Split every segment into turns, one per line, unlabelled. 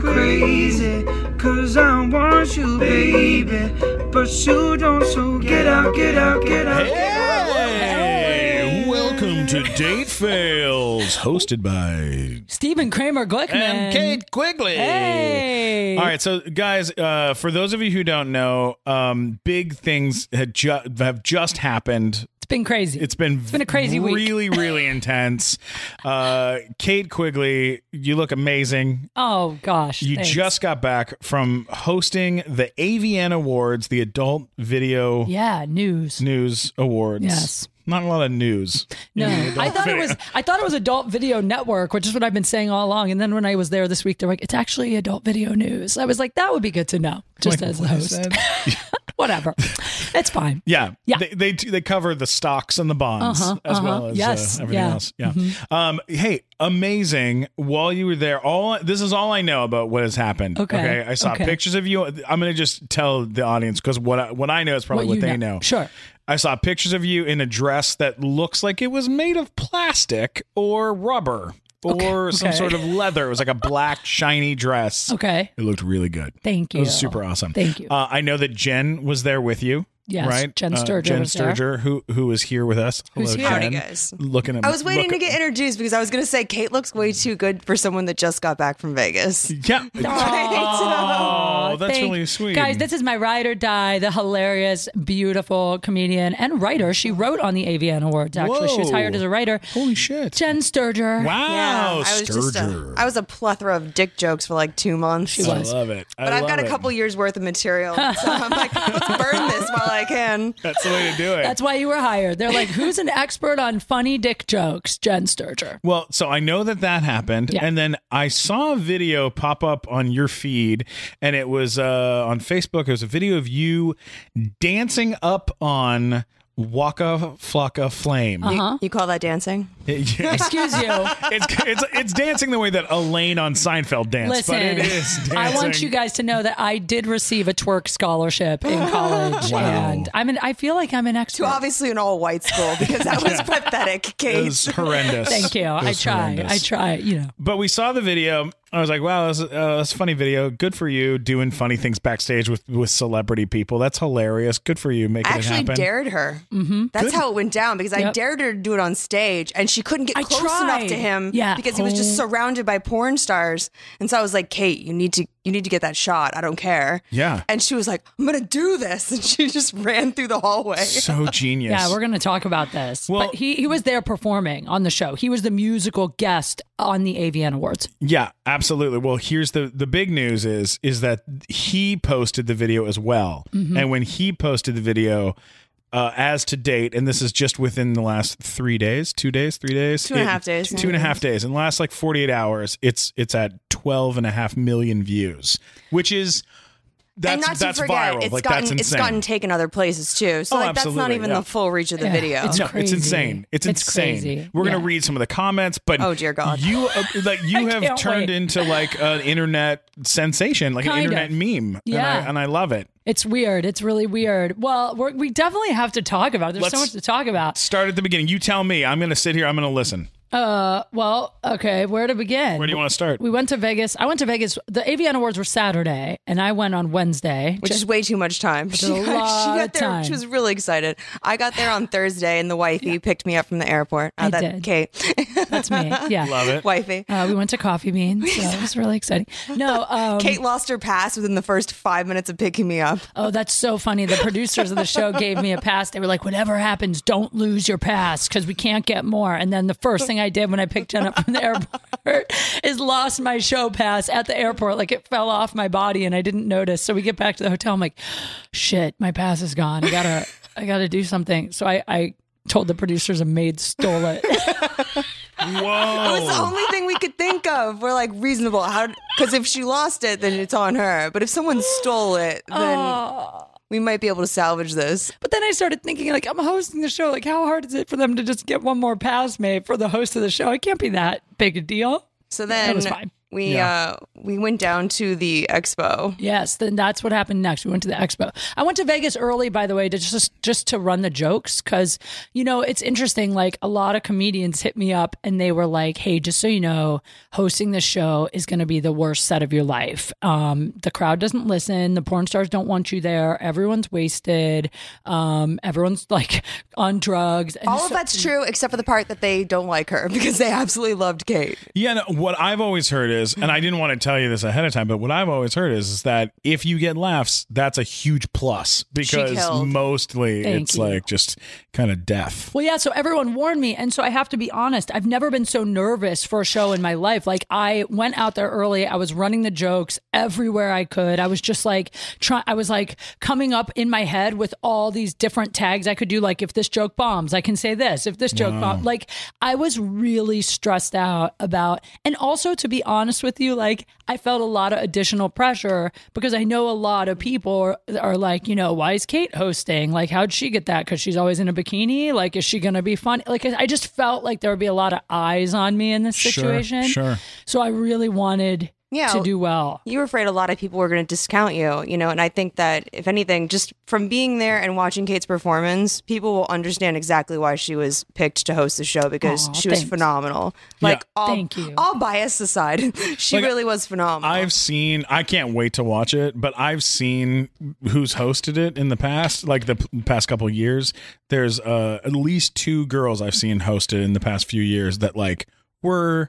crazy. Cause I want you, baby. But you don't, so get out, get out, get out.
Hey, welcome to Date Fails, hosted by
Stephen Kramer Glickman.
and Kate Quigley.
Hey.
All right, so guys, uh, for those of you who don't know, um, big things had ju- have just happened.
It's been crazy.
It's been
It's been a crazy week.
really, really intense. Uh, Kate Quigley, you look amazing.
oh gosh.
You
thanks.
just got back from hosting the AVN Awards, the Adult Video
yeah news.
News Awards.
Yes.
Not a lot of news.
No, I thought it was I thought it was Adult Video Network, which is what I've been saying all along. And then when I was there this week, they're like, it's actually Adult Video News. I was like, that would be good to know, just
Like,
as the
what is
host. Whatever, it's fine.
Yeah,
Yeah.
They they, do- they cover the stocks and the bonds
Uh-huh,
as
uh-huh.
well as
Yes,
uh, everything
yeah. Mm-hmm.
else. Yeah. Um, hey, amazing! While you were there, all this is all I know about what has happened.
Okay,
I saw
okay.
pictures of you. I'm going to just tell the audience because what I, what I know is probably what,
you
they
know.
know.
Sure.
I saw pictures of you in a dress that looks like it was made of plastic or rubber or some
okay.
sort of leather. It was like a black shiny dress.
Okay,
It looked really good.
thank you.
It was super awesome.
Thank you.
Uh, I know that Jen was there with you.
Yes,
right.
Jen
Uh,
Sturger
Jen
was there.
Sturger, who who is here with us.
Who's
Hello,
here?
Jen.
Howdy,
guys.
Looking at.
I was waiting
look-
to get introduced because I was going to say Kate looks way too good for someone that just got back from Vegas.
Yeah.
Aw,
Oh, that's
thank-
really sweet,
Guys, this is my ride or die, the hilarious, beautiful comedian and writer. She wrote on the AVN Awards, actually. She was
Whoa.
hired as a writer.
Holy shit!
Jen Sturger.
wow,
I was just a,
Sturger.
I was a plethora of dick jokes for like two months.
She was.
I love it. I
But I've
love
got a
it.
couple years worth of material. So I'm like, let's burn this while I can.
That's the way to do it.
That's why you were hired. They're like, who's an expert on funny dick jokes? Jen Sturger.
Well, so I know that that happened,
Yeah.
and then I saw a video pop up on your feed, and it was uh, on Facebook. It was a video of you dancing up on Waka Flocka Flame.
Uh-huh.
You call that dancing?
Yes.
Excuse you.
it's, it's it's dancing the way that Elaine on Seinfeld danced,
Listen,
but it is. Dancing.
I want you guys to know that I did receive a twerk scholarship in college,
Wow.
and I'm an, I feel like I'm an expert.
To obviously an all white school because that was pathetic,
It
Kate.
was horrendous.
Thank you.
It
I
was
try.
horrendous.
I try. You know.
But we saw the video. I was like, wow, that's, uh, that's a funny video. Good for you doing funny things backstage with, with celebrity people. That's hilarious. Good for you making
I
it
actually
happen.
dared her. Mm-hmm. That's how it went down because I
Yep.
dared her to do it on stage, and she couldn't get
I
close
tried.
enough to him
Yeah. Oh.
because he was just surrounded by porn stars. And so I was like, "Kate, you need to you need to get that shot. I don't care."
Yeah.
And she was like, "I'm gonna do this," and she just ran through the hallway.
So genius.
Yeah, we're going to talk about this.
Well-
but he, he was there performing on the show. He was the musical guest on the AVN Awards.
Yeah, absolutely. Well, here's the the big news is is that he posted the video as well, and when he posted the video. Uh, as to date, and this is just within the last three days, two days, three days,
Two and a half days.
two- two and a half days, in the last like 48 hours, it's it's at 12 and a half million views, which is that's
and not to
that's
forget,
viral,
it's
like
gotten
that's
it's
insane.
gotten taken other places too. So
Oh,
like that's not
absolutely,
even
yeah.
the full reach of the video.
it's-
no, it's
crazy.
insane. It's,
It's
insane.
crazy.
We're
Yeah.
gonna read some of the comments, but
Oh, dear God.
you uh, like you
I
have
can't
turned
wait.
into like an internet sensation, like
Kind
an internet
of.
meme. and
Yeah.
I, and I love it.
It's weird. It's really weird. Well, we're, we definitely have to talk about it. There's so
Let's-
much to talk about.
Start at the beginning. You tell me. I'm gonna sit here. I'm gonna listen.
Uh, well, okay, where to begin?
Where do you want to start?
we went to Vegas. I went to Vegas. The AVN Awards were Saturday, and I went on Wednesday.
which is way too much time. She
a
got, she
lot
got
of
there.
time.
She was really excited. I got there on Thursday, and the wifey picked me up from the airport. Oh,
I
that
did.
Kate,
That's me. Yeah.
love it.
wifey.
Uh, we went to Coffee Beans. So it was really exciting. No, um,
Kate lost her pass within the first five minutes of picking me up.
Oh, that's so funny. The producers of the show gave me a pass. They were like, whatever happens, don't lose your pass because we can't get more. And then the first thing I did when I picked Jen up from the airport is lost my show pass at the airport. Like it fell off my body and I didn't notice. So we get back to the hotel. I'm like, shit, my pass is gone. I gotta, I gotta do something. So I, I told the producers a maid stole it. Oh.
It was the
Whoa.
only thing we could think of. We're like reasonable. How? Because if she lost it, then it's on her. But if someone stole it, then we might be able to salvage this.
But then I started thinking, like, I'm hosting the show. Like, how hard is it for them to just get one more pass made for the host of the show? It can't be that big a deal.
So
That
then
was fine.
We
Yeah.
uh we went down to the expo.
Yes, then that's what happened next. We went to the expo. I went to Vegas early, by the way, to just just to run the jokes because you know it's interesting. Like a lot of comedians hit me up and they were like, "Hey, just so you know, hosting this show is going to be the worst set of your life. Um, the crowd doesn't listen. The porn stars don't want you there. Everyone's wasted. Um, everyone's like on drugs. And
All
so-
of that's true except for the part that they don't like her because they absolutely loved Kate.
Yeah, no, what I've always heard is, and I didn't want to tell you this ahead of time, but what I've always heard is, is that if you get laughs, that's a huge plus because
killed.
mostly
Thank
it's
you.
like just kind of deaf.
Well, yeah. So everyone warned me, and so I have to be honest. I've never been so nervous for a show in my life. Like I went out there early. I was running the jokes everywhere I could. I was just like trying. I was like coming up in my head with all these different tags I could do. Like if this joke bombs, I can say this. If this joke bombs, like I was really stressed out about. And also, to be honest with you, like I felt a lot of additional pressure because I know a lot of people are, are like, you know, why is Kate hosting? Like, how'd she get that? Because she's always in a bikini. Like, is she going to be fun? Like, I just felt like there would be a lot of eyes on me in this situation.
sure.
So I really wanted
Yeah.
to do well.
You were afraid a lot of people were going to discount you, you know, and I think that if anything, just from being there and watching Kate's performance, people will understand exactly why she was picked to host the show because
Aw,
she was
thanks.
phenomenal. Like all,
Thank you.
all bias aside, she
Like,
really was phenomenal.
I've seen. I can't wait to watch it, but I've seen who's hosted it in the past, like the p- past couple of years. There's uh, at least two girls I've seen hosted in the past few years that like were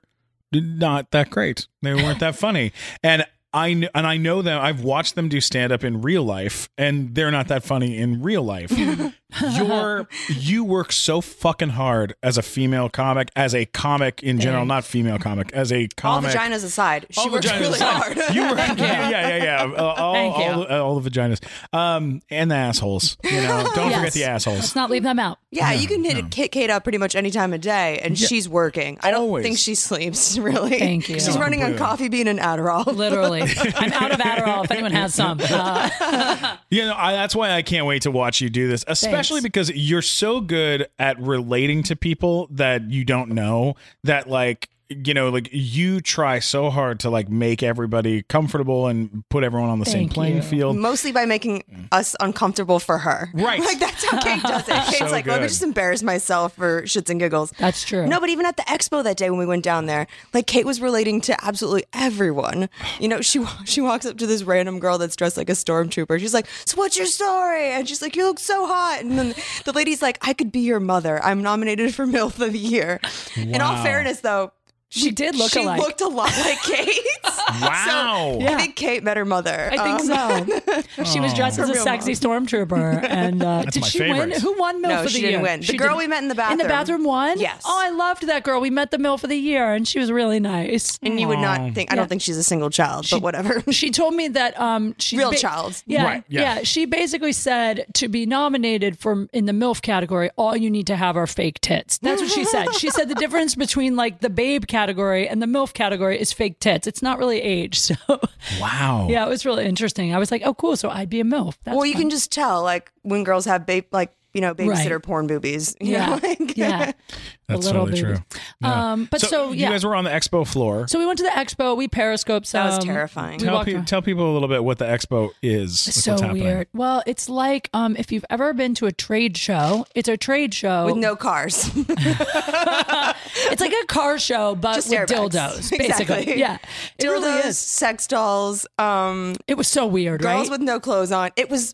not that great. They weren't that funny, and. I kn- and I know them. I've watched them do stand up in real life, and they're not that funny in real life. You're you work so fucking hard as a female comic, as a comic in general, not female comic, as a
all
comic.
vaginas aside, she worked
vaginas
really
aside.
hard.
You were, yeah, yeah, yeah. yeah. Uh, all,
Thank you.
all, the- all the vaginas, um, and the assholes. You know, don't forget
Yes.
the assholes.
Let's not leave them out.
yeah, you can hit, hit Kate up pretty much any time of day, and she's working. I don't
Always.
think she sleeps really.
Thank you.
She's running on
Completely.
coffee bean and Adderall.
Literally. I'm out of Adderall if anyone has some. Uh,
You know, I, that's why I can't wait to watch you do this, especially
Thanks.
because you're so good at relating to people that you don't know. That like. You know, like you try so hard to like make everybody comfortable and put everyone on the same
Thank
playing
you.
field.
Mostly by making us uncomfortable for her.
Right.
Like that's how Kate does it. Kate's like, let me
good.
just embarrass myself for shits and giggles.
That's true.
No, but even at the expo that day when we went down there, like Kate was relating to absolutely everyone. You know, she she walks up to this random girl that's dressed like a stormtrooper. She's like, "So what's your story?" And she's like, "You look so hot." And then the lady's like, "I could be your mother. I'm nominated for MILF of the year." In all
Wow.
fairness, though.
She did look
she
alike.
looked a lot like Kate.
Wow.
So, I think Kate met her mother.
I think
Um,
so. she was dressed as a
real
sexy stormtroomer, and uh, did
my
she
favorite.
win? Who won MILF
No,
for the
she
year?
didn't win. The girl we met in the
In the
bathroom.
bathroom won.
Yes.
Oh, I loved that girl. We met the MILF for the year, and she was really nice.
And you would not think, I don't think she's a single child, but whatever.
She told me that um, she
Real child.
Yeah,
Right, yeah.
yeah, She basically said to be nominated for in the MILF category, all you need to have are fake tits. That's what she said. She said the difference between like the babe category and the MILF category is fake tits. It's not really age. So
Wow.
yeah, it was really interesting. I was like, oh, cool. So I'd be a MILF. That's
Well, you can just tell, like when girls have ba- like you know babysitter
Right.
porn boobies. You
Yeah,
know, like,
yeah.
That's
little
totally
babies.
true. Yeah.
Um, but so,
you
yeah.
guys were on the expo floor.
so we went to the expo. We periscoped. Some,
That was terrifying.
we
tell,
walked
pe-
around.
tell people a little bit what the expo is. like
So
what's happening.
weird. Well, it's like um, if you've ever been to a trade show, it's a trade show.
with no cars.
it's like a car show, but
Just
with
airbags.
dildos, basically.
Exactly.
Yeah, it
Dildos,
really is.
sex dolls, um,
It was so weird,
girls
right?
with no clothes on. It was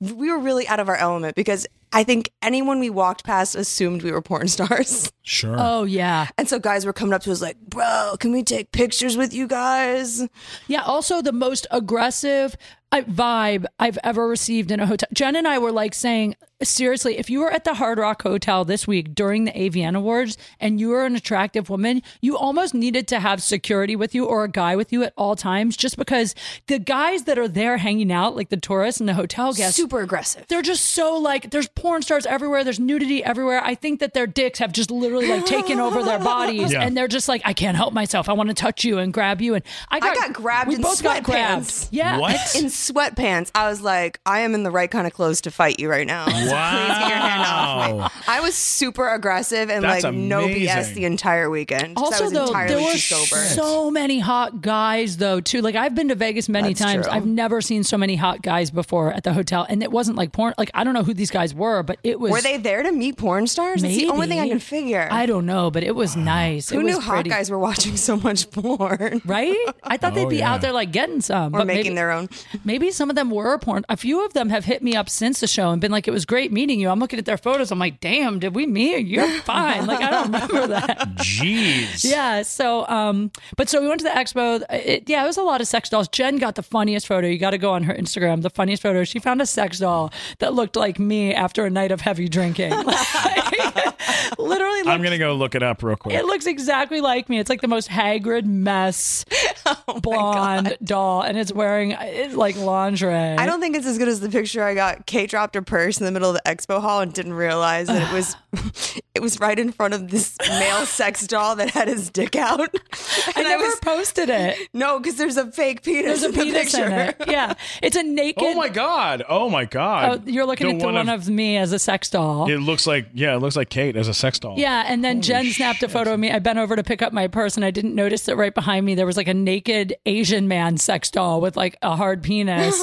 we were really out of our element because I think anyone we walked past assumed we were porn stars.
Sure.
oh yeah,
And so guys were coming up to us like, "Bro, can we take pictures with you guys?"
yeah. Also, the most aggressive uh, vibe I've ever received in a hotel. Jen and I were like saying, seriously, if you were at the Hard Rock Hotel this week during the AVN Awards and you were an attractive woman, you almost needed to have security with you or a guy with you at all times, just because the guys that are there hanging out, like the tourists and the hotel guests,
Super aggressive.
they're just so like there's porn stars everywhere. There's nudity everywhere. I think that their dicks have just literally like taken over their bodies,
Yeah.
and they're just like, I can't help myself. I want to touch you and grab you. And I got,
got grabbed
We
in
both got grabbed.
sweatpants.
Yeah.
What?
in sweatpants. I was like, I am in the right kind of clothes to fight you right now. So please get your hand off.
Wow.
I was super aggressive and
That's
like no
amazing.
BS the entire weekend. 'cause I
Also,
was
though,
entirely
there were
too sober.
so many hot guys, though, too. Like, I've been to Vegas many
That's
times.
true.
I've never seen so many hot guys before at the hotel. And it wasn't like porn. Like, I don't know who these guys were, but it was.
were they there to meet porn stars? That's the only thing I
maybe.
can figure.
I don't know, but it was nice.
Who
it was
knew hot
pretty.
guys were watching so much porn?
Right? I thought
Oh,
they'd be
yeah.
out there like getting some.
Or
but
making
maybe,
their own.
Maybe some of them were porn. A few of them have hit me up since the show and been like, it was great meeting you. I'm looking at their photos. I'm like, damn, did we meet? You're fine. Like, I don't remember that.
Jeez.
Yeah. So, um, but so we went to the expo. It, yeah, it was a lot of sex dolls. Jen got the funniest photo. You got to go on her Instagram. The funniest photo. She found a sex doll that looked like me after a night of heavy drinking. Like, literally,
I'm
looked,
gonna go look it up real quick.
it looks exactly like me. It's like the most haggard mess,
Oh
blonde doll, and it's wearing it's like lingerie.
I don't think it's as good as the picture I got. Kate dropped her purse in the middle of the expo hall and didn't realize that it was it was right in front of this male sex doll that had his dick out.
I
And
never
was-
posted it.
No, because there's a fake penis
There's a
in the
penis
picture.
in it. Yeah, it's a naked.
oh my god. Oh my
Oh,
god.
you're looking at the one of, me as a sex doll.
It looks like yeah. It looks like Kate as a sex doll.
Yeah, and then Jen snapped a photo of me. I bent over to pick up my purse, and I didn't notice that right behind me there was like a naked Asian man sex doll with like a hard penis.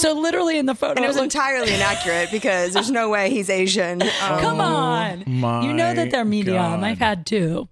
so literally in the photo,
And it was
looked-
entirely inaccurate because there's no way he's Asian. Um,
come on, you know that they're
Oh my
medium.
God.
I've had two.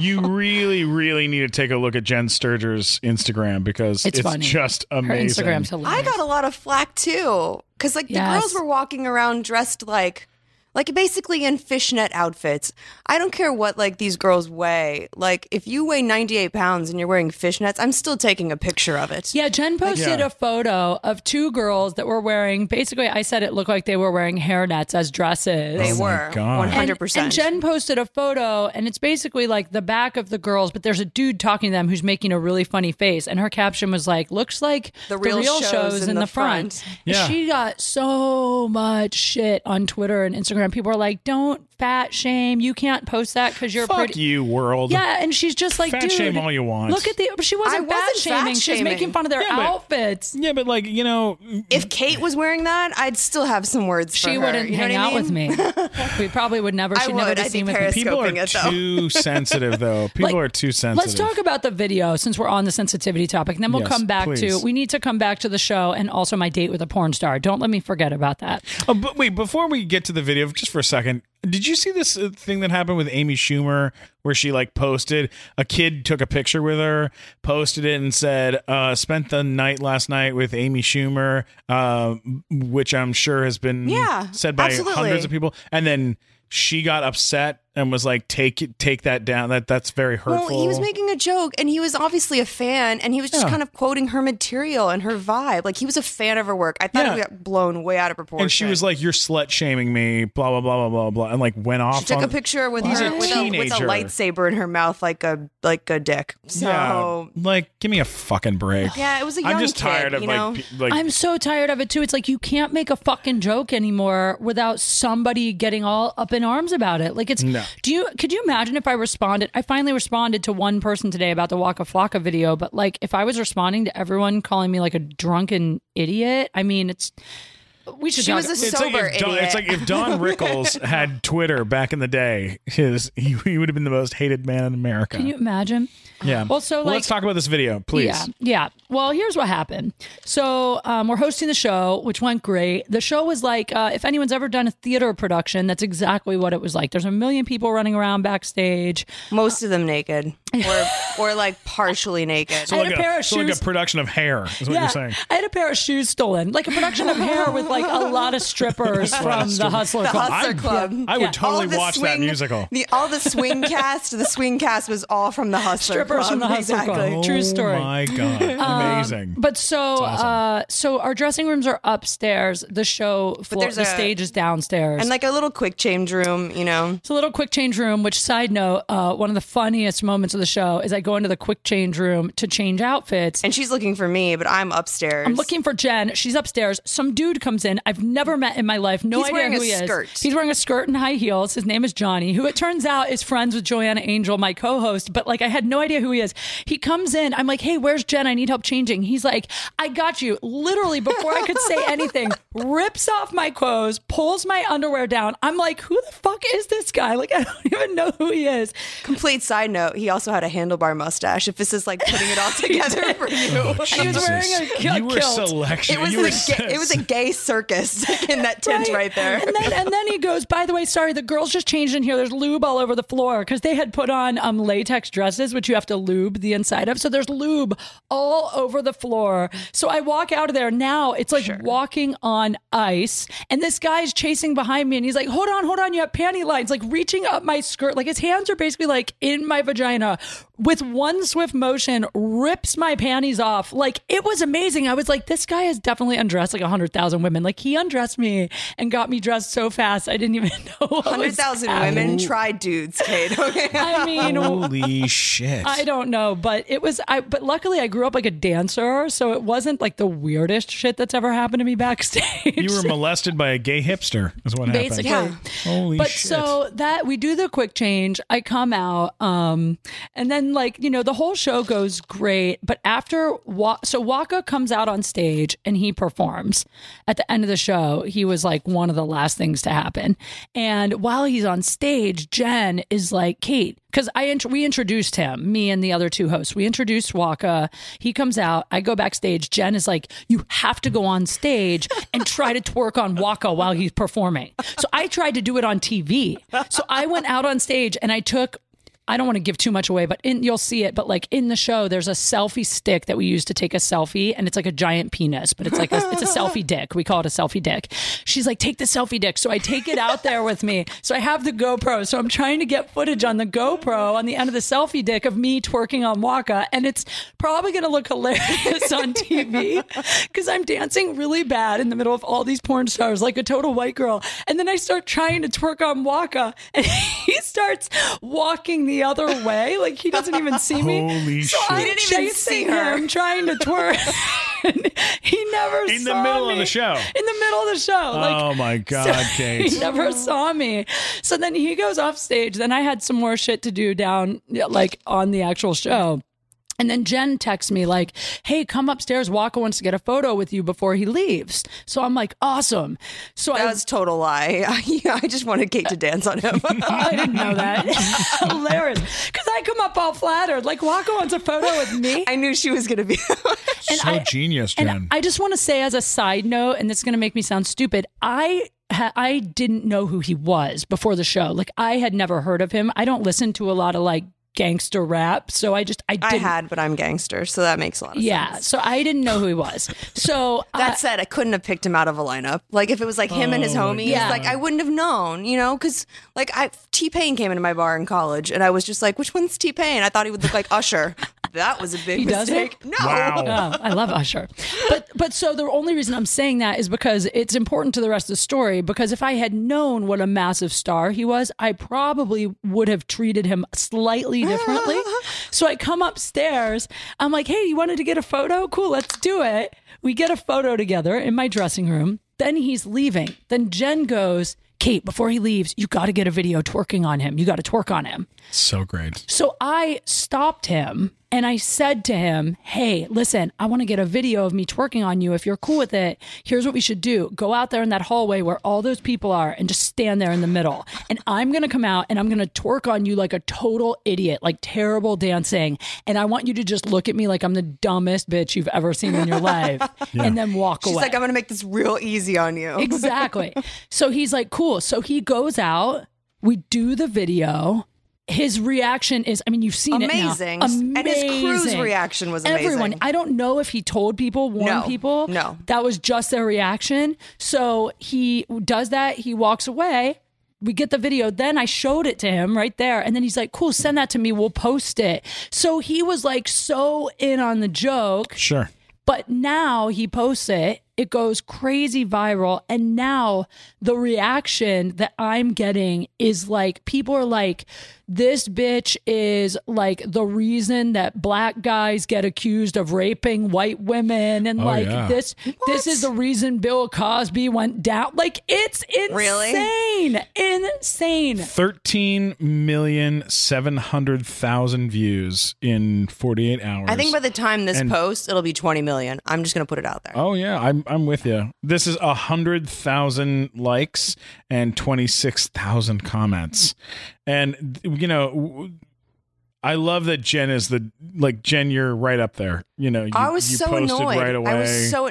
You really, really need to take a look at Jen Sturger's Instagram because
It's
it's,
funny.
just
Her
amazing.
Instagram's
I
hilarious.
got a lot of flack too, because like the
Yes.
girls were walking around dressed like, like basically in fishnet outfits. I don't care what like these girls weigh. Like if you weigh 98 pounds and you're wearing fishnets, I'm still taking a picture of it.
Yeah, Jen posted
Yeah.
a photo of two girls that were wearing basically I said it looked like they were wearing hairnets as dresses.
They
my
were
God.
100.
And, and
percent
Jen posted a photo, and it's basically like the back of the girls, but there's a dude talking to them who's making a really funny face, and her caption was like, "Looks like the real, shows, in, the, front." And
Yeah.
She got so much shit on Twitter and Instagram. People are like, "Don't fat shame. You can't post that because you're
Fuck
pretty."
you, world.
Yeah, and she's just like,
Fat
dude,
shame all you want.
Look at the. She wasn't,
I wasn't
fat shaming.
fat
She was
shaming.
making fun of their
Yeah, but-
outfits.
Yeah, but like you know,
If Kate was wearing that, I'd still have some words. for
She
her.
wouldn't
You know
hang
what I
out with
mean?
me. We probably would never.
I
She'd
would.
never
I'd
be
be
seen with me.
Paris
people are
Scoping it, though.
too sensitive, though. People
Like,
are too
Let's
sensitive.
talk about the video since we're on the sensitivity topic, and then we'll
Yes,
come back to.
please.
We need to come back to the show and also my date with a porn star. Don't let me forget about that.
Oh, but wait, before we get to the video, just for a second, did you see this uh, thing that happened with Amy Schumer where she like posted a kid took a picture with her, posted it, and said, uh, "Spent the night last night with Amy Schumer," uh, which I'm sure has been
Yeah,
said by
absolutely.
hundreds of people, and then she got upset and was like, "Take it, take that down. That that's very hurtful."
Well, he was making a joke, and he was obviously a fan, and he was just kind of quoting her material and her vibe. Like he was a fan of her work. I thought
Yeah.
it got blown way out of proportion.
and she was like, "You're slut shaming me," blah blah blah blah blah blah, and like went off.
she took
on-
a picture with
He's
her
a
with, a, with a
teenager.
lightsaber in her mouth, like a like a dick. So
Yeah,
yeah,
like, give me a fucking break.
it was a young
I'm just
kid,
tired of
you
like,
know?
pe- like
I'm so tired of it too. It's like you can't make a fucking joke anymore without somebody getting all up in arms about it. Like it's
No.
do you could you imagine if I responded I finally responded to one person today about the Waka Flocka video, but like if I was responding to everyone calling me like a drunken idiot, I mean it's we should
She
talk-
was a
It's like,
sober
if Don,
idiot.
it's like if Don Rickles had Twitter back in the day, his he, he would have been the most hated man in America.
Can you imagine?
yeah.
Well, so, like-
let's talk about this video, please.
Yeah, yeah. Well, here's what happened. So um, we're hosting the show, which went great. The show was like, uh, if anyone's ever done a theater production, that's exactly what it was like. There's a million people running around backstage.
most of them naked, or or like partially naked.
I had
Like
a pair of
so like
shoes.
a production of hair is what you're saying.
I had a pair of shoes stolen, like a production of Hair with like a lot of strippers from the Hustler
the
Club.
Hustler
I-
Club.
I would
Yeah.
totally
the
watch that
swing-
musical.
The all the swing cast, the swing cast was all from the Hustler
Strippers
Club.
from the Hustler Club.
exactly.
True story. Um,
Oh my god! amazing.
But so, uh, so our dressing rooms are upstairs. The show floor,
there's
the
a-
stage is downstairs.
And like a little quick change room, you know.
It's a little quick change room, which side note, uh, one of the funniest moments of the show is I go into the quick change room to change outfits.
And she's looking for me, but I'm upstairs.
I'm looking for Jen. She's upstairs. Some dude comes in. I've never met in my life. No
He's
idea
wearing
who
a
he
skirt.
is. He's wearing a skirt and high heels. His name is Johnny, who it turns out is friends with Joanna Angel, my co-host. But like, I had no idea who he is. He comes in. I'm like, "Hey, where's Jen? I need help changing." He's like, "I got you." Literally, before I could say anything, rips off my clothes, pulls my underwear down. I'm like, "Who the fuck is this guy?" Like, I don't even know who he is.
Complete side note, he also had a handlebar mustache. If this is like putting it all together for you.
He was wearing a ki-
Oh, you were
kilt.
selection.
It was,
you were
the ga- it was a gay circus in that tent right, there.
And then, and then he goes, by the way, sorry, the girls just changed in here. There's lube all over the floor because they had put on um, latex dresses, which you have to lube the inside of. So there's lube all over the floor. So I walk out of there. Now it's like walking on ice. And this guy's chasing behind me and he's like, hold on, hold on. You have panty lines, like reaching up my skirt. Like his hands are basically like in my vagina with one swift motion, rips my panties off. Like it was amazing. I was like, this guy has definitely undressed like 100,000 women. Like he undressed me and got me dressed so fast. I didn't even know. what was
100,000
happening.
women try dudes, Kate. Okay.
I mean,
Holy shit!
I don't know, but it was. I but luckily I grew up like a dancer, so it wasn't like the weirdest shit that's ever happened to me backstage.
You were Oh, molested by a gay hipster. Is what
basically.
happened. Holy
but
shit!
so that we do the quick change, I come out, um, and then like you know the whole show goes great. But after Wa- so Waka comes out on stage and he performs at the end of the show. He was like one of the last things to happen, and while he's on stage, Jen is like Kate because I int- we introduced him, me and the other two hosts. We introduced Waka. He comes out. I go backstage. Jen is like, "You have to go on stage and try to twerk on Waka while he's performing." So I tried to do it on TV. So I went out on stage and I took. I don't want to give too much away, but in you'll see it. But like in the show, there's a selfie stick that we use to take a selfie, and it's like a giant penis, but it's like a, it's a selfie dick. We call it a selfie dick. She's like, take the selfie dick. So I take it out there with me. So I have the GoPro. So I'm trying to get footage on the GoPro on the end of the selfie dick of me twerking on Waka, and it's probably going to look hilarious on TV because I'm dancing really bad in the middle of all these porn stars, like a total white girl. And then I start trying to twerk on Waka, and he starts walking the other way, like he doesn't even see me.
Holy
so
shit.
I'm
He
didn't even
chasing
see her.
him, trying to twerk. And he never
In the
saw
middle of
me.
the show.
In the middle of the show, like
oh my god, Kate!
he never saw me. So then he goes off stage. Then I had some more shit to do down, yeah, like on the actual show. And then Jen texts me like, "Hey, come upstairs. Waka wants to get a photo with you before he leaves." So I'm like, "Awesome!" So I
That was total lie. I just wanted Kate to dance on him.
I didn't know that. Hilarious, because I come up all flattered. Like Waka wants a photo with me.
I knew she was going to be.
so genius, Jen.
And I just want to say, as a side note, and this is going to make me sound stupid, I. ha- I didn't know who he was before the show. Like I had never heard of him. I don't listen to a lot of like gangster rap, so I just I
I
didn't.
had, but I'm gangster, so that makes a lot of
yeah,
sense.
so I didn't know who he was. So
That
I-
said, I couldn't have picked him out of a lineup. Like if it was like him and his
Oh,
homies,
yeah.
like I wouldn't have known, you know, because like I T Pain came into my bar in college, and I was just like, which one's T Pain? I thought he would look like Usher. That was a big
He doesn't?
mistake. No,
wow.
Oh, I love Usher. But but so the only reason I'm saying that is because it's important to the rest of the story. Because if I had known what a massive star he was, I probably would have treated him slightly differently. so I come upstairs. I'm like, hey, you wanted to get a photo? Cool, let's do it. We get a photo together in my dressing room. Then he's leaving. Then Jen goes, Kate, before he leaves, you got to get a video twerking on him. You got to twerk on him.
So great.
So I stopped him and I said to him, Hey, listen, I want to get a video of me twerking on you. If you're cool with it, here's what we should do go out there in that hallway where all those people are and just stand there in the middle. And I'm going to come out and I'm going to twerk on you like a total idiot, like terrible dancing. And I want you to just look at me like I'm the dumbest bitch you've ever seen in your life and then walk
she's
away.
like, I'm gonna make this real easy on you.
Exactly. so he's like, cool. So he goes out. We do the video. His reaction is, I mean, you've seen
Amazing.
it now.
And his crew's
Amazing.
reaction was
Everyone,
amazing.
I don't know if he told people, warned
No.
people.
No.
That was just their reaction. So he does that. He walks away. we get the video. Then I showed it to him right there. And then he's like, cool, send that to me. We'll post it. So he was like so in on the joke.
Sure.
But now he posts it, it goes crazy viral. And now the reaction that I'm getting is like, people are like, this bitch is like the reason that black guys get accused of raping white women. And
Oh,
like,
yeah.
this, this is the reason Bill Cosby went down. Like, it's insane.
Really?
Insane.
Thirteen million seven hundred thousand views in forty eight hours.
I think by the time this
And-
posts, it'll be 20 million. I'm just going to put it out there.
Oh yeah, I'm I'm with you. This is a hundred thousand likes and twenty six thousand comments, and you know, w- I love that Jen is the like Jen. You're right up there. You know, you,
I was
you
so
posted
annoyed.
right away.
I was so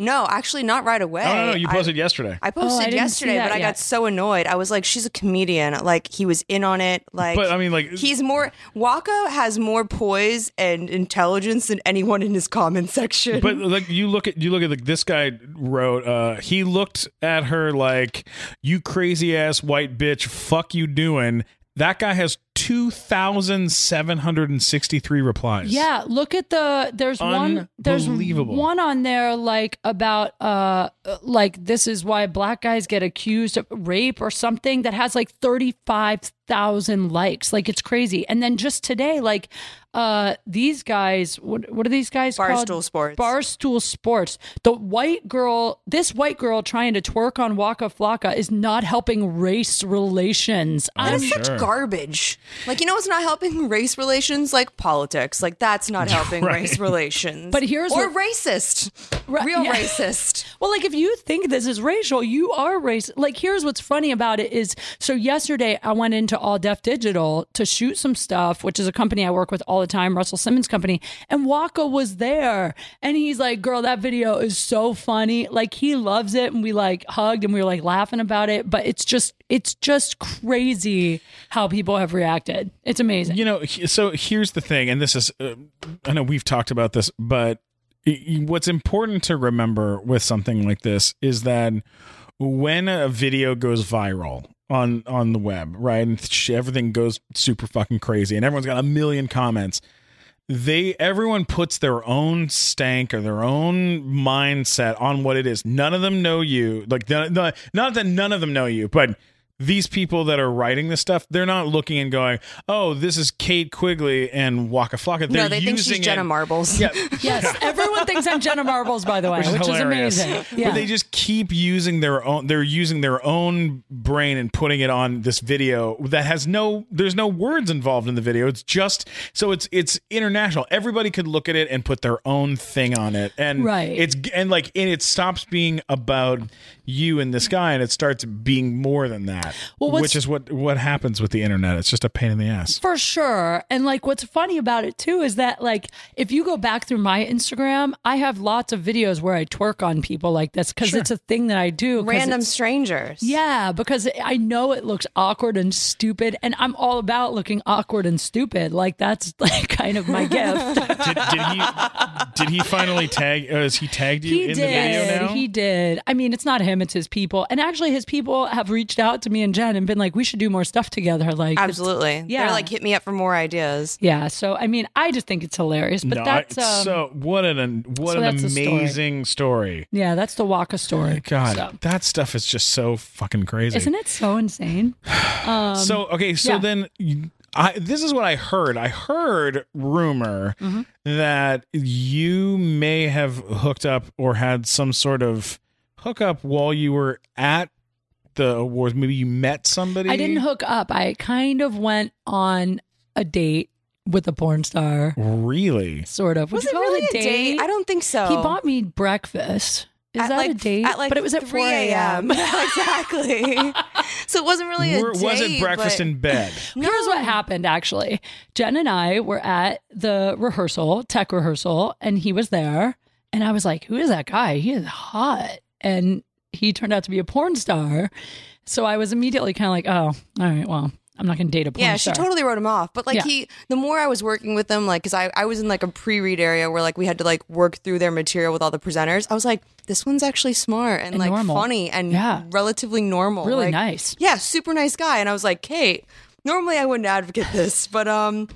no, actually not right away.
no, no, no, you
I-
posted yesterday.
I
Oh, I
posted
didn't see
yesterday,
that
but I
yet.
got so annoyed. I was like, "She's a comedian. Like he was in on it. Like,
But, I mean, like-
he's more Waka has more poise and intelligence than anyone in his comment section.
but like you look at you look at like this guy wrote uh he looked at her like you crazy ass white bitch fuck you doing that guy has 2763 replies
Yeah, look at the there's one there's
Unbelievable.
one on there like about uh like this is why black guys get accused of rape or something that has like 35,000 likes. Like it's crazy. And then just today like uh these guys what what are these guys called?
Barstool Sports.
Barstool Sports. The white girl, this white girl trying to twerk on Waka Flocka is not helping race relations.
that
I'm
is such
sure.
garbage. Like, you know what's not helping race relations? Like politics. Like that's not helping
Right.
race relations.
But here's
or
what-
racist,
Right,
real
yeah.
racist.
Well, like if you think this is racial, you are racist. Like here's what's funny about it is so yesterday I went into All Deaf Digital to shoot some stuff, which is a company I work with all the time, Russell Simmons company, and Waka was there and he's like, "Girl, that video is so funny." Like he loves it and we like hugged and we were like laughing about it, but it's just it's just crazy how people have reacted. It's amazing.
you know he- so here's the thing and this is uh, i know we've talked about this but y- y- what's important to remember with something like this is that when a video goes viral on on the web right and sh- everything goes super fucking crazy and everyone's got a million comments they everyone puts their own stank or their own mindset on what it is. None of them know you. Like none- none- not that none of them know you, but these people that are writing this stuff, they're not looking and going, "Oh, this is Kate Quigley and Waka Flocka." They're
no, they think
using
she's Jenna
it-
Marbles.
Yeah,
Yes, everyone thinks I'm Jenna Marbles, by the way, which is,
hilarious.
amazing. Yeah.
But they just keep using their own. They're using their own brain and putting it on this video that has no. There's no words involved in the video. It's just so it's it's international. Everybody could look at it and put their own thing on it, and
Right.
It's and like and it stops being about you and this guy, and it starts being more than that.
Well, what's-
which is what what happens with the internet. It's just a pain in the ass.
For sure. And like what's funny about it too is that like if you go back through my Instagram, I have lots of videos where I twerk on people like this because it's a thing that I do. 'cause
Random
it's-
strangers.
Yeah, because I know it looks awkward and stupid, and I'm all about looking awkward and stupid. Like that's like kind of my gift.
Did, did he did he finally tag? Uh, is he tagged you
he
in
did.
the video now?
He did. I mean, it's not him; it's his people. And actually, his people have reached out to me and Jen and been like, "We should do more stuff together." Like, it's-
Absolutely.
Yeah.
They're like, hit me up for more ideas.
yeah. So, I mean, I just think it's hilarious. But
no,
that's
I-
um,
so what an what
so
an
that's the story.
amazing story.
Yeah, that's the Waka story.
God,
So-
that stuff is just so fucking crazy.
Isn't it so insane?
so okay, so
yeah.
then you- I this is what I heard. I heard rumor
Mm-hmm.
that you may have hooked up or had some sort of hookup while you were at the awards. Maybe you met somebody.
I didn't hook up. I kind of went on a date with a porn star,
Really?
sort of. Would
Was
you
it
call
really
a date?
I don't think so.
He bought me breakfast. Is
At
that
like-
a date?
At like
but it was at
3
4 a.m.
exactly. so it wasn't really a
Were-
date.
was it breakfast
but-
in bed?
Here's what happened actually. Jen and I were at the rehearsal, tech rehearsal, and he was there. And I was like, who is that guy? He is hot. And he turned out to be a porn star. So I was immediately kind of like, oh, all right, well, I'm not going to date a porn
Yeah,
star.
she totally wrote him off. But like
Yeah.
he, the more I was working with him, like, cause I, I was in like a pre-read area where like we had to like work through their material with all the presenters. I was like, this one's actually smart and,
And
like
normal.
funny and
Yeah.
relatively normal,
Really
Like,
nice.
Yeah, super nice guy. And I was like, Kate, normally I wouldn't advocate this, but um,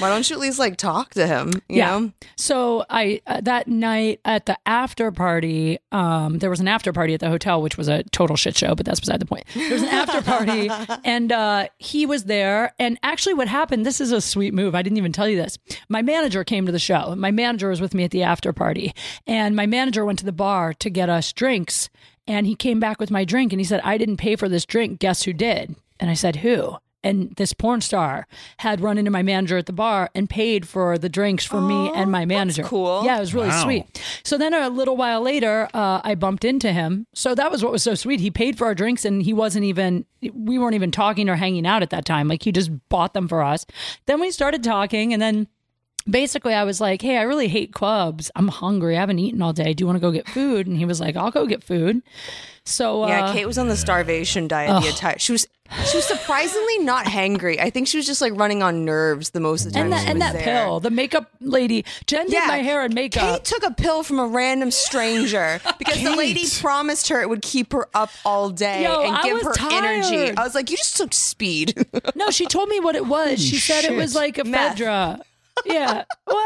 why don't you at least like talk to him? You know?
So I uh, that night at the after party, um, there was an after party at the hotel, which was a total shit show, but that's beside the point. There was an after party, and uh, he was there. And actually, what happened? This is a sweet move. I didn't even tell you this. My manager came to the show. My manager was with me at the after party, and my manager went to the bar to get us drinks. And he came back with my drink, and he said, "I didn't pay for this drink. Guess who did?" And I said, "Who?" and this porn star had run into my manager at the bar and paid for the drinks for me and my manager.
cool.
Yeah, it was really
Wow.
sweet. So then a little while later, uh, I bumped into him. So that was what was so sweet. He paid for our drinks and he wasn't even, we weren't even talking or hanging out at that time. Like he just bought them for us. Then we started talking and then basically I was like, "Hey, I really hate clubs. I'm hungry. I haven't eaten all day. Do you want to go get food?" And he was like, "I'll go get food." So uh,
Yeah, Kate was on the starvation diet the entire. She was she was surprisingly not hangry. I think she was just like running on nerves the most of the time.
and that
she
and
was
that
there.
pill, the makeup lady, Jen did my hair and makeup. Oh,
Kate took a pill from a random stranger because the lady
Kate.
promised her it would keep her up all day
Yo,
and
I
give
was
her energy.
tired.
I was like, you just took speed.
No, she told me what it was. She said it was
shit.
like
Meth.
ephedra. Yeah. Well,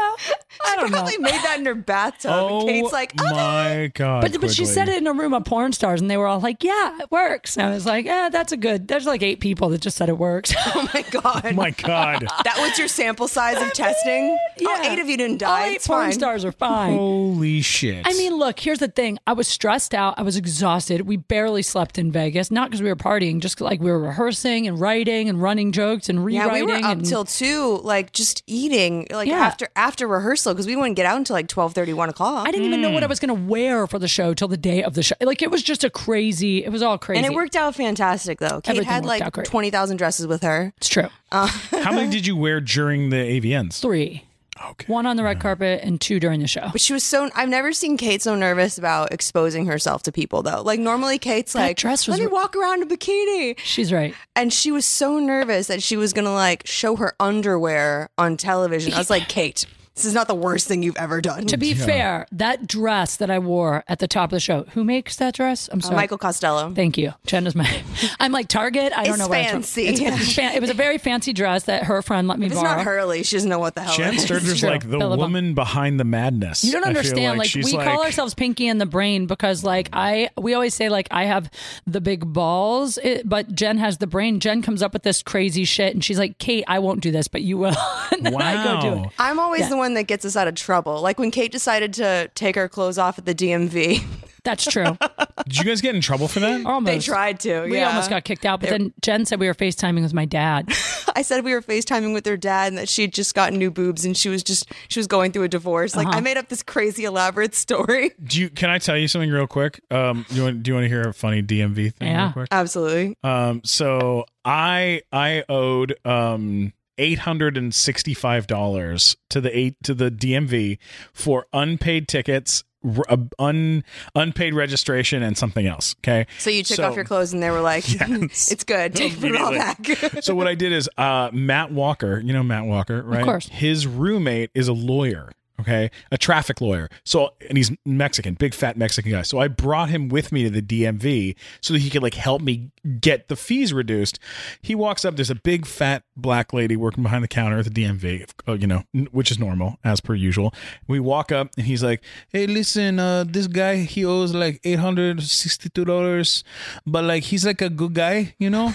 I don't know.
Probably made that in her bathtub.
Oh
um,
and Kate's like, oh,
my god!
But, but she
Quigley.
said it in a room of porn stars, and they were all like, "Yeah, it works." And I was like, "Yeah, that's a good." There's like eight people that just said it works.
my god.
Oh my god!
that was your sample size of testing. Oh,
Yeah.
eight of you didn't
all
die.
eight
It's
porn
fine. Oh.
stars are fine.
Holy shit!
I mean, look, here's the thing. I was stressed out. I was exhausted. We barely slept in Vegas, not because we were partying, just 'cause, like we were rehearsing and writing and running jokes and
Yeah,
rewriting.
we were up
and,
till two, like just eating, like
Yeah.
after after rehearsal, because we wouldn't get out until like 12, 1 o'clock.
I didn't even know
Mm.
what I was going to wear for the show till the day of the show. Like it was just a crazy. It was all crazy.
and it worked out fantastic though. Kate
Everything
had
worked out
like
great.
twenty thousand dresses with her.
It's true.
Uh,
how many did you wear during the AVNs?
Three.
Okay.
One on the red carpet and two during the show.
But she was so I've never seen Kate so nervous about exposing herself to people though. Like normally Kate's like
dress was
let me
re-
walk around in a bikini.
She's right.
And she was so nervous that she was gonna like show her underwear on television. I was like, Kate, this is not the worst thing you've ever done.
To be fair, that dress that I wore at the top of the show, who makes that dress? I'm sorry.
Uh, Oh, Michael Costello.
Thank you. Jen is my. I'm like Target. I don't
It's
know where
fancy.
It's from. It's, it's fan- it was a very fancy dress that her friend let me
It's
borrow.
not Hurley. She doesn't know what the hell
Jen
it is.
Sturger's
true.
like the
Billabong.
woman behind the madness.
You don't understand. Like, we call ourselves Pinky and the Brain because, like, I we always say like I have the big balls, it, but Jen has the brain. Jen comes up with this crazy shit, and she's like, "Kate, I won't do this, but you will." and then I go do it.
Wow.
I'm always the one that gets us out of trouble. Like when Kate decided to take her clothes off at the DMV,
That's true.
Did you guys get in trouble for that?
Almost.
they tried to.
We
yeah.
almost got kicked out, but then Jen said we were FaceTiming with my dad.
I said we were FaceTiming with her dad and that she had just gotten new boobs and she was just she was going through a divorce. Like I made up this crazy elaborate story.
Do you? Can I tell you something real quick? Um, you want? Do you want to hear a funny DMV thing? Real
Yeah.
quick?
Absolutely.
Um, so I I owed um eight hundred and sixty five dollars to the eight to the DMV for unpaid tickets, r- uh, un unpaid registration, and something else. Okay,
So you took
So-
off your clothes and they were like, "It's good. Take it all
Immediately.
back."
so what I did is uh, Matt Walker, you know Matt Walker, right?
course.
His roommate is a lawyer. Okay, a traffic lawyer. So, and he's Mexican, big fat Mexican guy. So I brought him with me to the DMV so that he could like help me get the fees reduced. He walks up. There's a big fat black lady working behind the counter at the DMV, uh, you know, n- which is normal as per usual. We walk up, and he's like, "Hey, listen, uh, this guy he owes like eight hundred sixty-two dollars, but like he's like a good guy, you know."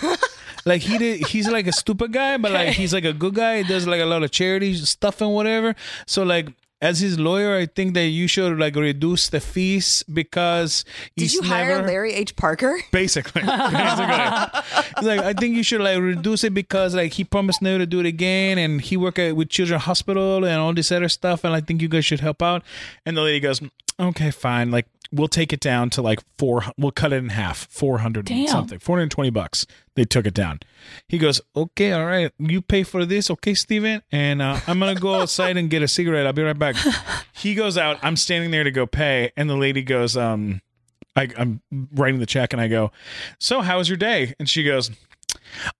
like he did he's like a stupid guy but like he's like a good guy he does like a lot of charity stuff and whatever so like as his lawyer i think that you should like reduce the fees because
Did
he's
you hire
never-
Larry H. Parker?
basically, basically. He's like i think you should like reduce it because like he promised never to do it again and he work at, with children's hospital and all this other stuff and i think you guys should help out and the lady goes okay fine like we'll take it down to like four we'll cut it in half 400
Damn.
something 420 bucks they took it down he goes okay all right you pay for this okay steven and uh, i'm gonna go outside and get a cigarette i'll be right back he goes out i'm standing there to go pay and the lady goes um I, I'm writing the check and I go, So, how was your day? And she goes,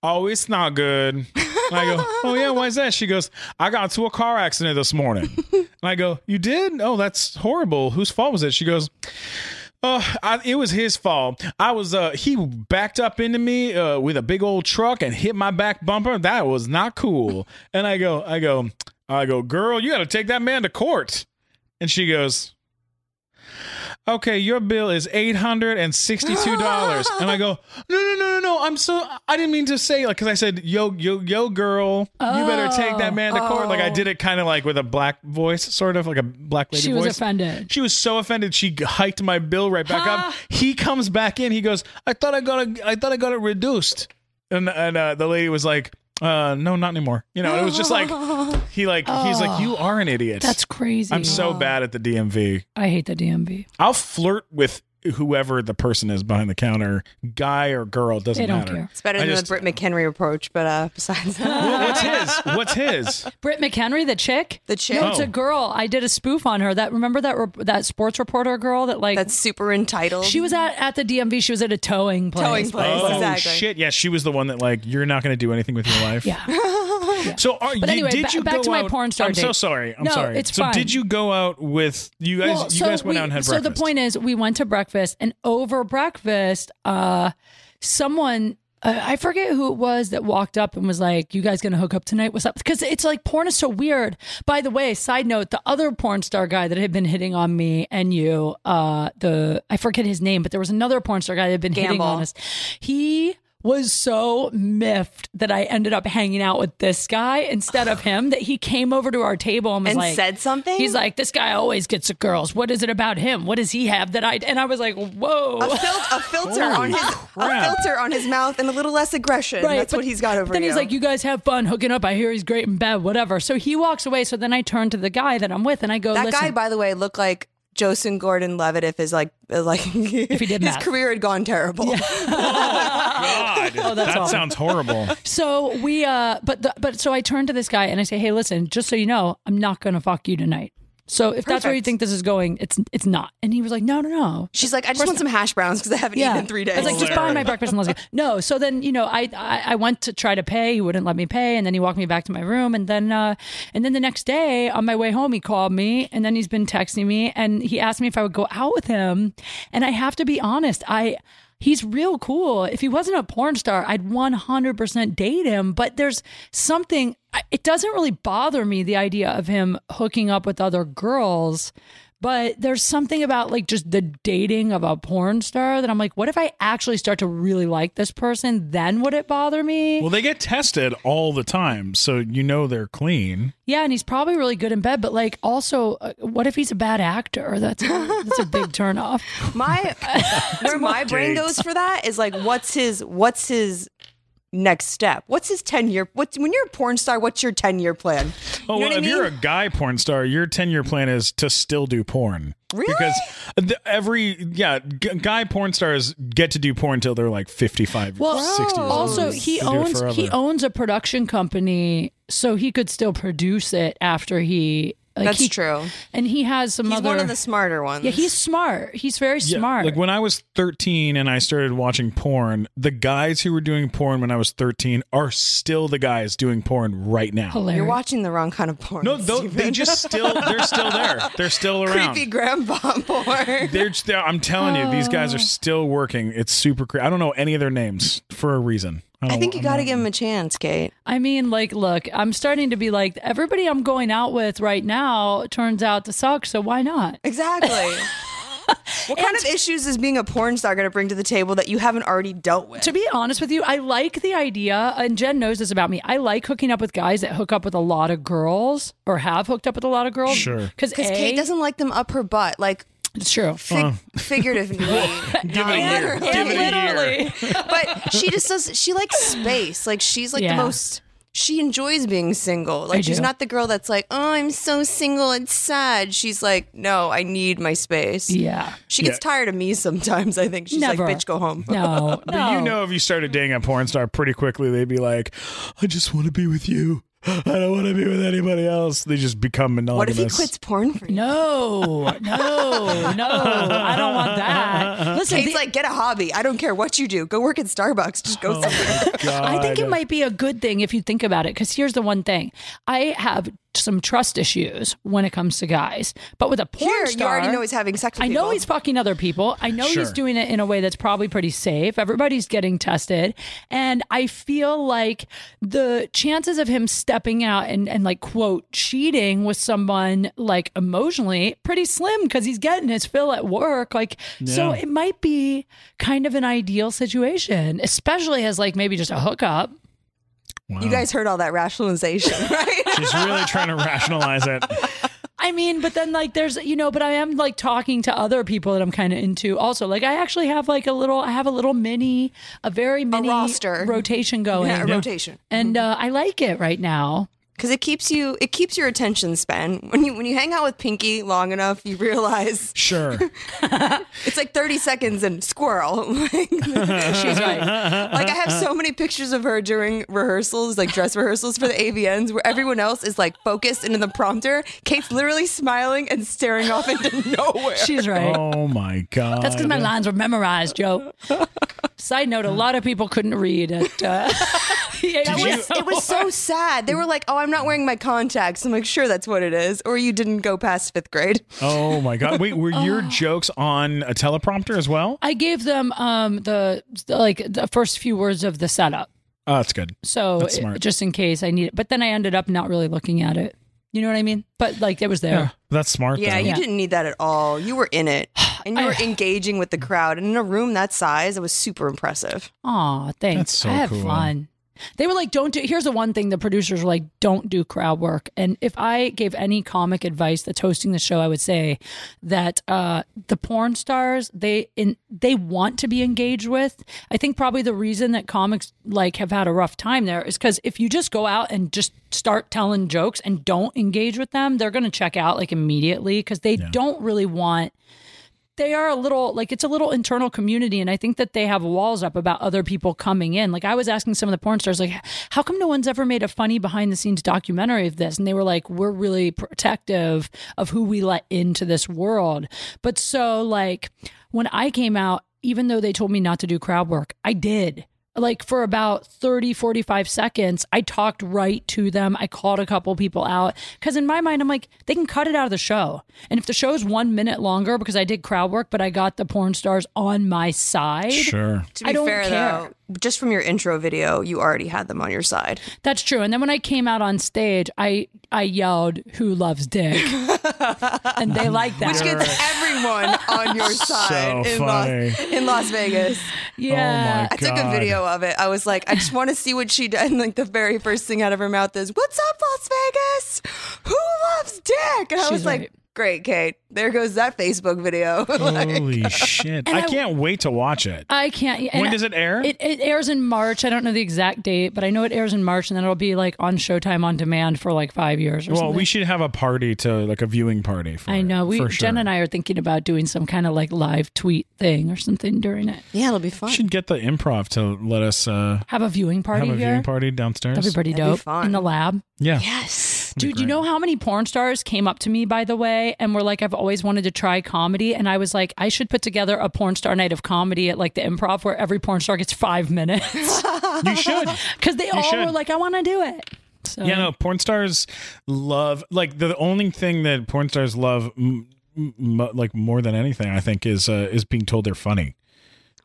Oh, it's not good. And I go, Oh yeah, why is that? She goes, I got into a car accident this morning. And I go, You did? Oh, that's horrible. Whose fault was it? She goes, uh, I, it was his fault. I was uh, he backed up into me uh, with a big old truck and hit my back bumper. That was not cool. And I go, I go, I go, girl, you got to take that man to court. And she goes, okay, your bill is eight hundred and sixty-two dollars. and I go, no, no, no, no, no. I'm so I didn't mean to say like because I said, yo, yo, yo, girl, you better take that man to court. Like I did it kind of like with a black voice, sort of like a black lady.
Oh. She was
voice.
offended.
She was so offended. She hiked my bill right back
Huh?
up. He comes back in. He goes, I thought I got it. I thought I got it reduced. And and uh, the lady was like. Uh no not anymore. You know, it was just like he like he's like you are an idiot.
That's crazy.
I'm so bad at the DMV.
I hate the DMV.
I'll flirt with whoever the person is behind the counter, guy or girl, it doesn't
They don't
matter.
care.
It's better
I
than
just-
the Britt McHenry approach, but uh, besides that,
Well, what's his? What's his?
Britt McHenry, the chick.
The chick.
No, it's a girl. I did a spoof on her. That remember that rep- that sports reporter girl that like
that's super entitled.
she was at at the DMV. She was at a towing place.
Towing place.
Oh
exactly.
shit! Yeah, she was the one that like you're not going to do anything with your life.
Yeah.
So are
But
you,
anyway,
did
ba-
you
back
go
to my
out-
porn star
I'm so
date.
sorry. I'm
No,
sorry.
it's
so
fine.
did you go out with you guys? you guys went
we-
out and had
so
breakfast.
the point is, we went to breakfast, and over breakfast, uh, someone. Uh, I forget who it was that walked up and was like, "You guys gonna hook up tonight? What's up?" Because it's like porn is so weird. By the way, side note: the other porn star guy that had been hitting on me and you, uh, the I forget his name, but there was another porn star guy that had been hitting
Gamble.
on us. He was so miffed that I ended up hanging out with this guy instead of him. That he came over to our table and was
And
like,
said something?
He's like, "This guy always gets the girls. What is it about him? What does he have that I?" And I was like, "Whoa."
a, fil- a filter on
Holy
his
crap.
a filter on his mouth and a little less aggression. That's
but
what he's got over
Then
you.
he's like, "You guys have fun hooking up. I hear he's great in bed, whatever." So he walks away. So then I turn to the guy that I'm with, and I go,
that
"Listen,
guy, by the way, looked like Joseph Gordon-Levitt if his like uh, like if
he did
his
math.
career had gone terrible.
God,
Oh, that's
that
awful.
sounds horrible.
So we, uh, but the, but so I turn to this guy and I say, "Hey, listen, just so you know, I'm not gonna fuck you tonight. So if that's where you
Perfect.
think this is going, it's it's not." And he was like, "No, no, no."
She's like, I just want some hash browns because I haven't eaten in three days.
I was like, just buy my breakfast and let's go. No. So then, you know, I, I I went to try to pay. He wouldn't let me pay, and then he walked me back to my room, and then uh, and then the next day on my way home, he called me, and then he's been texting me, and he asked me if I would go out with him, and I have to be honest, I. He's real cool. If he wasn't a porn star, I'd 100% date him. But there's something, I- it doesn't really bother me, the idea of him hooking up with other girls. But there's something about like just the dating of a porn star that I'm like, what if I actually start to really like this person? Then would it bother me?
Well, they get tested all the time, so you know they're clean.
yeah, and he's probably really good in bed, but like also, uh, what if he's a bad actor? That's that's a big turnoff.
my where my brain
Dates.
goes for that is like, what's his what's his next step? What's his ten year? What's when you're a porn star? What's your ten year plan?
Oh,
you know
well,
what I
if
mean?
you're a guy porn star, your 10 year plan is to still do porn.
Really?
Because the, every, yeah, g- guy porn stars get to do porn until they're like 55,
Well,
60 years old.
also
They
he
do it
owns he
forever.
owns a production company, so he could still produce it after he. Like
That's
he-
true.
and he has some
He's
other.
one of the smarter ones.
yeah, he's smart. He's very
Yeah,
smart.
Like when I was 13 and I started watching porn, the guys who were doing porn when I was 13 are still the guys doing porn right now.
You're
Hilarious.
watching the wrong kind of porn.
No, tho- they
Steven.
just still they're still there. They're still around.
creepy grandpa porn.
They're just, they're, I'm telling you, these guys
Oh.
are still working. It's super crazy. I don't know any of their names for a reason.
I
don't-
think you
I'm
got to
not-
give him a chance, Kate.
I mean, like, look, I'm starting to be like, everybody I'm going out with right now turns out to suck, so why not?
Exactly. what kind of issues is being a porn star going to bring to the table that you haven't already dealt with?
To be honest with you, I like the idea, and Jen knows this about me. I like hooking up with guys that hook up with a lot of girls or have hooked up with a lot of girls.
Sure.
Because
Because Kate doesn't like them up her butt, like
It's true.
fig- figuratively.
Give it a
Not
year.
literally.
Give it a year.
but she just does. She likes space. Like she's like
Yeah.
the most. She enjoys being single.
I
Like she's
do.
not the girl that's like, oh, I'm so single and sad. She's like, no, I need my space.
Yeah.
She gets
Yeah.
tired of me sometimes. I think she's
Never.
like, bitch, go home.
No. no.
You know, if you started dating a porn star pretty quickly, they'd be like, I just want to be with you. I don't want to be with anybody else. They just become monogamous.
What if he quits porn for you?
No, no, no. I don't want that. Listen,
Kate's
the-
like, get a hobby. I don't care what you do. Go work at Starbucks. Just
Oh.
go somewhere.
I think it
God.
might be a good thing if you think about it. Because here's the one thing I have some trust issues when it comes to guys. But with a porn
Here, you
star.
already know he's having sex with
I know
people.
he's fucking other people. I know
Sure.
he's doing it in a way that's probably pretty safe. Everybody's getting tested. And I feel like the chances of him stepping out and, and like, quote, cheating with someone like emotionally pretty slim because he's getting his fill at work. Like, so
Yeah.
it might be kind of an ideal situation, especially as like maybe just a hookup.
Wow.
You guys heard all that rationalization, right?
She's really trying to rationalize it.
I mean, but then like there's you know, but I am like talking to other people that I'm kind of into also. Like I actually have like a little, I have a little mini, a very mini
roster.
rotation going,
yeah, a rotation.
and uh, I like it right now.
Because it keeps you, it keeps your attention span. When you when you hang out with Pinky long enough, you realize
Sure.
it's like thirty seconds and squirrel. like
She's right.
I have so many pictures of her during rehearsals, like dress rehearsals for the AVNs, where everyone else is like focused into the prompter. Kate's literally smiling and staring off into nowhere.
She's right.
Oh my god.
That's because my lines were memorized, Joe. Side note: a lot of people couldn't read at uh, the
Did you-
it was so sad. They were like, "Oh, I'm not wearing my contacts." I'm like, "Sure, that's what it is." Or you didn't go past fifth grade.
Oh my god. Wait, were your
Oh.
jokes on a teleprompter as well?
I gave them um, the like the first few words of the setup,
Oh, that's good.
so
That's smart.
just in case I need it. But then I ended up not really looking at it. You know what I mean? But like it was there.
That's smart.
Yeah,
though.
you didn't need that at all. You were in it, and you were
I-
engaging with the crowd. And in a room that size, it was super impressive.
Aw, thanks.
That's so
I have
cool.
fun. They were like, don't do, here's the one thing the producers were like, don't do crowd work. And if I gave any comic advice that's hosting the show, I would say that uh, the porn stars, they, in, they want to be engaged with. I think probably the reason that comics like have had a rough time there is because if you just go out and just start telling jokes and don't engage with them, they're going to check out like immediately because they don't really want they are a little like it's a little internal community and i think that they have walls up about other people coming in like i was asking some of the porn stars like how come no one's ever made a funny behind the scenes documentary of this and they were like we're really protective of who we let into this world but so like when i came out even though they told me not to do crowd work i did like for about 30 45 seconds i talked right to them i called a couple people out because in my mind i'm like they can cut it out of the show and if the show's one minute longer because i did crowd work but i got the porn stars on my side
Sure.
To
I
be
don't
fair,
care.
though, just from your intro video, you already had them on your side.
that's true and then when i came out on stage i i yelled who loves dick and they liked that
Which gets everyone on your side in,
funny.
Las, in Las Vegas.
yeah
Oh
I took a
God.
video of it. I was like, I just want to see what she did. And like the very first thing out of her mouth is, What's up, Las Vegas? Who loves dick? And I
She's
was like,
right.
Great, Kate. There goes that Facebook video. Like,
Holy shit. I,
I-
can't wait to watch it.
I can't.
When
and
does it air?
It, it airs in March. I don't know the exact date, but I know it airs in March, and then it'll be like on Showtime on demand for like five years or
well,
something.
we should have a party to like a viewing party for
I know.
it,
We
for sure.
Jen and I are thinking about doing some kind of like live tweet thing or something during it.
yeah, it'll be fun.
should get the improv to let us uh
Have a viewing party
have a
here.
viewing party downstairs.
That'd be pretty
That'd be
dope
fun.
in the lab.
yeah.
Yes.
be
Dude, you
great.
know how many porn stars came up to me, by the way, and were like, I've always wanted to try comedy. And I was like, I should put together a porn star night of comedy at like the improv where every porn star gets five minutes.
You should.
Because they all
should.
were like, I want to do it. So,
Yeah, no, porn stars love like the only thing that porn stars love m- m- mo- like more than anything, I think, is uh, is being told they're funny.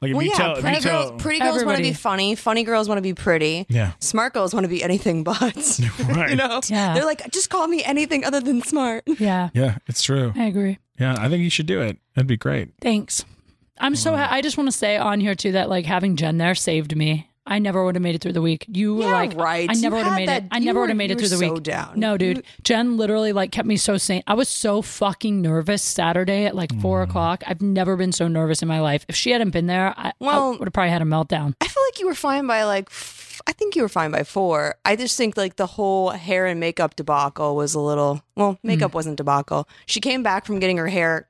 Like if
Well,
you
yeah,
tell, if
pretty
you tell,
girls, pretty girls want to be
Everybody.
funny. Funny girls want to be pretty.
Yeah.
Smart girls want to be anything but.
Right.
you know?
Yeah.
They're like, just call me anything other than smart.
yeah,
yeah, it's true.
I agree.
Yeah, I think you should do it. That'd be great.
Thanks. I'm so. Ha- I just want to say on here too that like having Jen there saved me. I never would have made it through the week. You were
Yeah,
like,
right.
I never
You
would have
had
made
that-
it. I
you
never
were-
would have made
you
it
were
through the
so
week.
down.
No, dude. Jen literally like kept me so sane. I was so fucking nervous Saturday at like
Mm.
four o'clock. I've never been so nervous in my life. If she hadn't been there, I,
Well-
would have probably had a meltdown.
I feel like you were fine by like, f- I think you were fine by four. I just think like the whole hair and makeup debacle was a little, well, makeup wasn't debacle. She came back from getting her hair,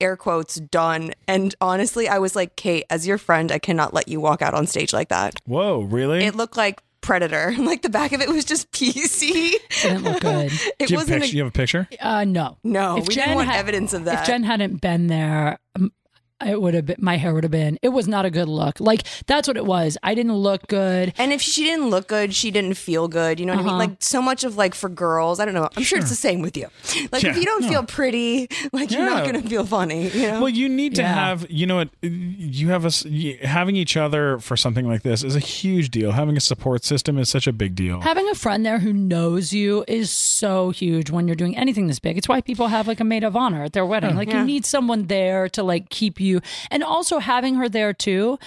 air quotes, done. And honestly, I was like, Kate, as your friend, I cannot let you walk out on stage like that.
Whoa, really?
It looked like predator. Like the back of it was just PC.
Didn't look good.
It
Do you, have a
wasn't.
picture?
A,
you have a picture?
Uh, no,
no, we didn't want
had-
evidence of that.
If Jen hadn't been there, um, it would have been my hair would have been. It was not a good look. Like that's what it was. I didn't look good.
and if she didn't look good, she didn't feel good. You know what
Uh-huh.
I mean? Like so much of like for girls, I don't know. I'm sure, it's the same with you. Like
Yeah,
if you don't
no.
feel pretty, like you're not
Yeah.
gonna feel funny. You know?
Well, you need to
Yeah.
have, you know what, you have us y- having each other for something like this is a huge deal. Having a support system is such a big deal.
Having a friend there who knows you is so huge when you're doing anything this big. It's why people have like a maid of honor at their wedding.
Oh,
like you need someone there to like keep you and also having her there too.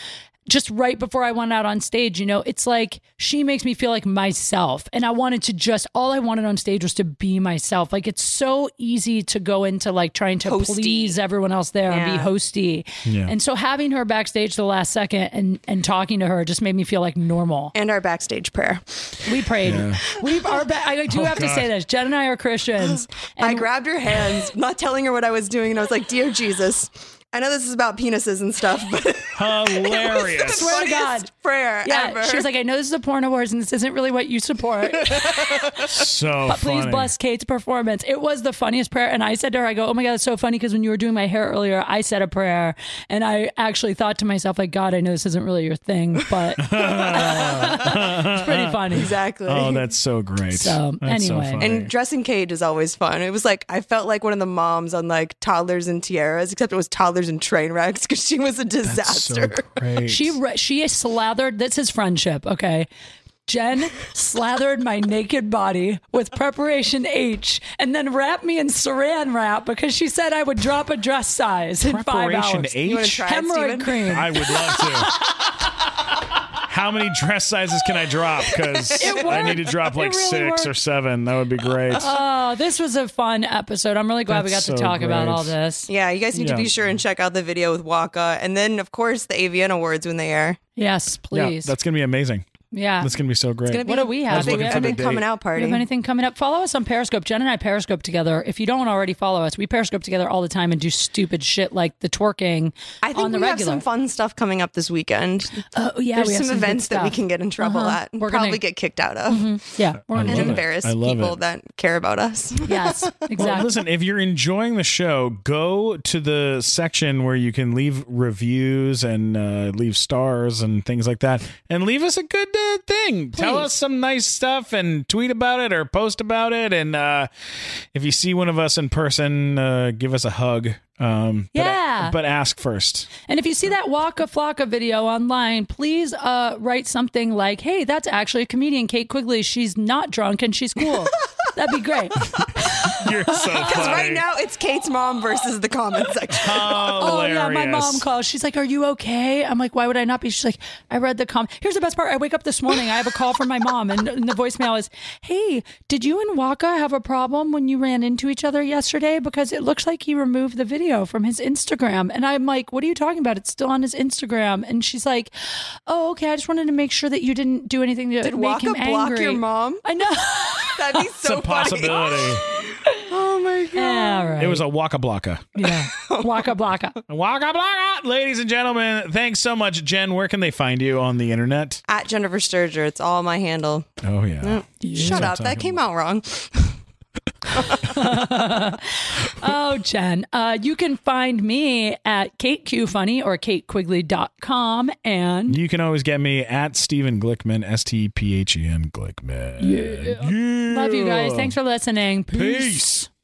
Just right before I went out on stage, you know, it's like she makes me feel like myself. And I wanted to just, all I wanted on stage was to be myself. Like it's so easy to go into like trying to
Hosty.
please everyone else there and
Yeah.
be hosty.
Yeah.
And so having her backstage the last second and, and talking to her just made me feel like normal.
and our backstage prayer.
We prayed. We are. Ba- I do have to
Oh, God.
say this. Jen and I are Christians.
I grabbed her hands, not telling her what I was doing, and I was like, "Dear Jesus, I know this is about penises and stuff, but
Hilarious.
Swear to God.
funniest prayer
Yeah,
ever."
she was like, I know this is a porn awards and this isn't really what you support.
so
Please
funny.
bless Kate's performance. It was the funniest prayer. And I said to her, I go, Oh my God, it's so funny because when you were doing my hair earlier, I said a prayer. And I actually thought to myself, like, God, I know this isn't really your thing, but uh, it's pretty funny.
"Exactly."
Oh, that's so great.
So,
that's
anyway.
so funny.
and dressing Cade is always fun. It was like I felt like one of the moms on like Toddlers and Tiaras, except it was Toddlers and Train Wrecks because she was a
so
disaster.
great.
She re- she slathered. That's his friendship. Okay. Jen slathered my naked body with preparation H and then wrapped me in saran wrap because she said I would drop a dress size in five
Preparation
hours.
You wanna
H.
try it,
Hemorrhoid
Steven?
cream.
I would love to. How many dress sizes can I drop? Because
It
I need to
worked.
drop like
It really
six or
worked.
seven. That would be great.
oh, this was a fun episode. I'm really glad we got
That's
to
so
talk about
great.
all this.
Yeah, you guys need
Yeah.
to be sure and check out the video with Waka, and then of course the AVN Awards when they air.
Yes,
yeah,
please. Yeah.
that's gonna be amazing. That's gonna be so great.
Gonna be
What do we
a
have?
Big,
Looking
for
a
the
big
date.
coming out
Do
party.
you have anything coming up? Follow us on Periscope. Jen and I Periscope together. If you don't already follow us, we Periscope together all the time and do stupid shit like the twerking
I think
on the
we
regular.
have some fun stuff coming up this weekend.
Oh, yeah,
There's
we have
some,
good
events that we
stuff.
can get in trouble
Uh-huh.
at. And
We're gonna- Mm-hmm.
probably get kicked out of
Yeah, we're
I
gonna
and
love it.
embarrass
I love
people
it.
that care about us.
Yes,
Well,
exactly.
listen, if you're enjoying the show, go to the section where you can leave reviews and uh, leave stars and things like that, and leave us a good uh, thing. Tell
Please.
us some nice stuff and tweet about it or post about it. And uh, if you see one of us in person, uh, give us a hug. Um, but-
Yeah.
but, ask first.
And if you see that Waka Flocka video online, please uh, write something like, "Hey, that's actually a comedian, Kate Quigley. She's not drunk and she's cool." That'd be great.
You're so funny.
right now it's Kate's mom versus the comment section.
Oh yeah, my mom calls. She's like, "Are you okay?" I'm like, "Why would I not be?" She's like, "I read the com." Here's the best part. I wake up this morning. I have a call from my mom, and, and the voicemail is, "Hey, did you and Waka have a problem when you ran into each other yesterday? Because it looks like he removed the video from his Instagram." And I'm like, "What are you talking about? It's still on his Instagram." And she's like, "Oh, okay. I just wanted to make sure that you didn't do anything to make
Waka
him
block
angry."
your mom?
I know.
That'd be
It's
so
a possibility.
funny. Oh my god.
All right.
It was a waka blocka.
yeah. Waka blocka.
Waka blocka. Ladies and gentlemen, thanks so much, Jen. Where can they find you on the internet?
At Jennifer Sturger, it's all my handle.
Oh yeah.
Shut up. That came out wrong.
Oh, Jen, uh, you can find me at kateqfunny or katequigley.com. And
You can always get me at Stephen Glickman, S T P H E N Glickman. Yeah.
love you guys. Thanks for listening.
Peace.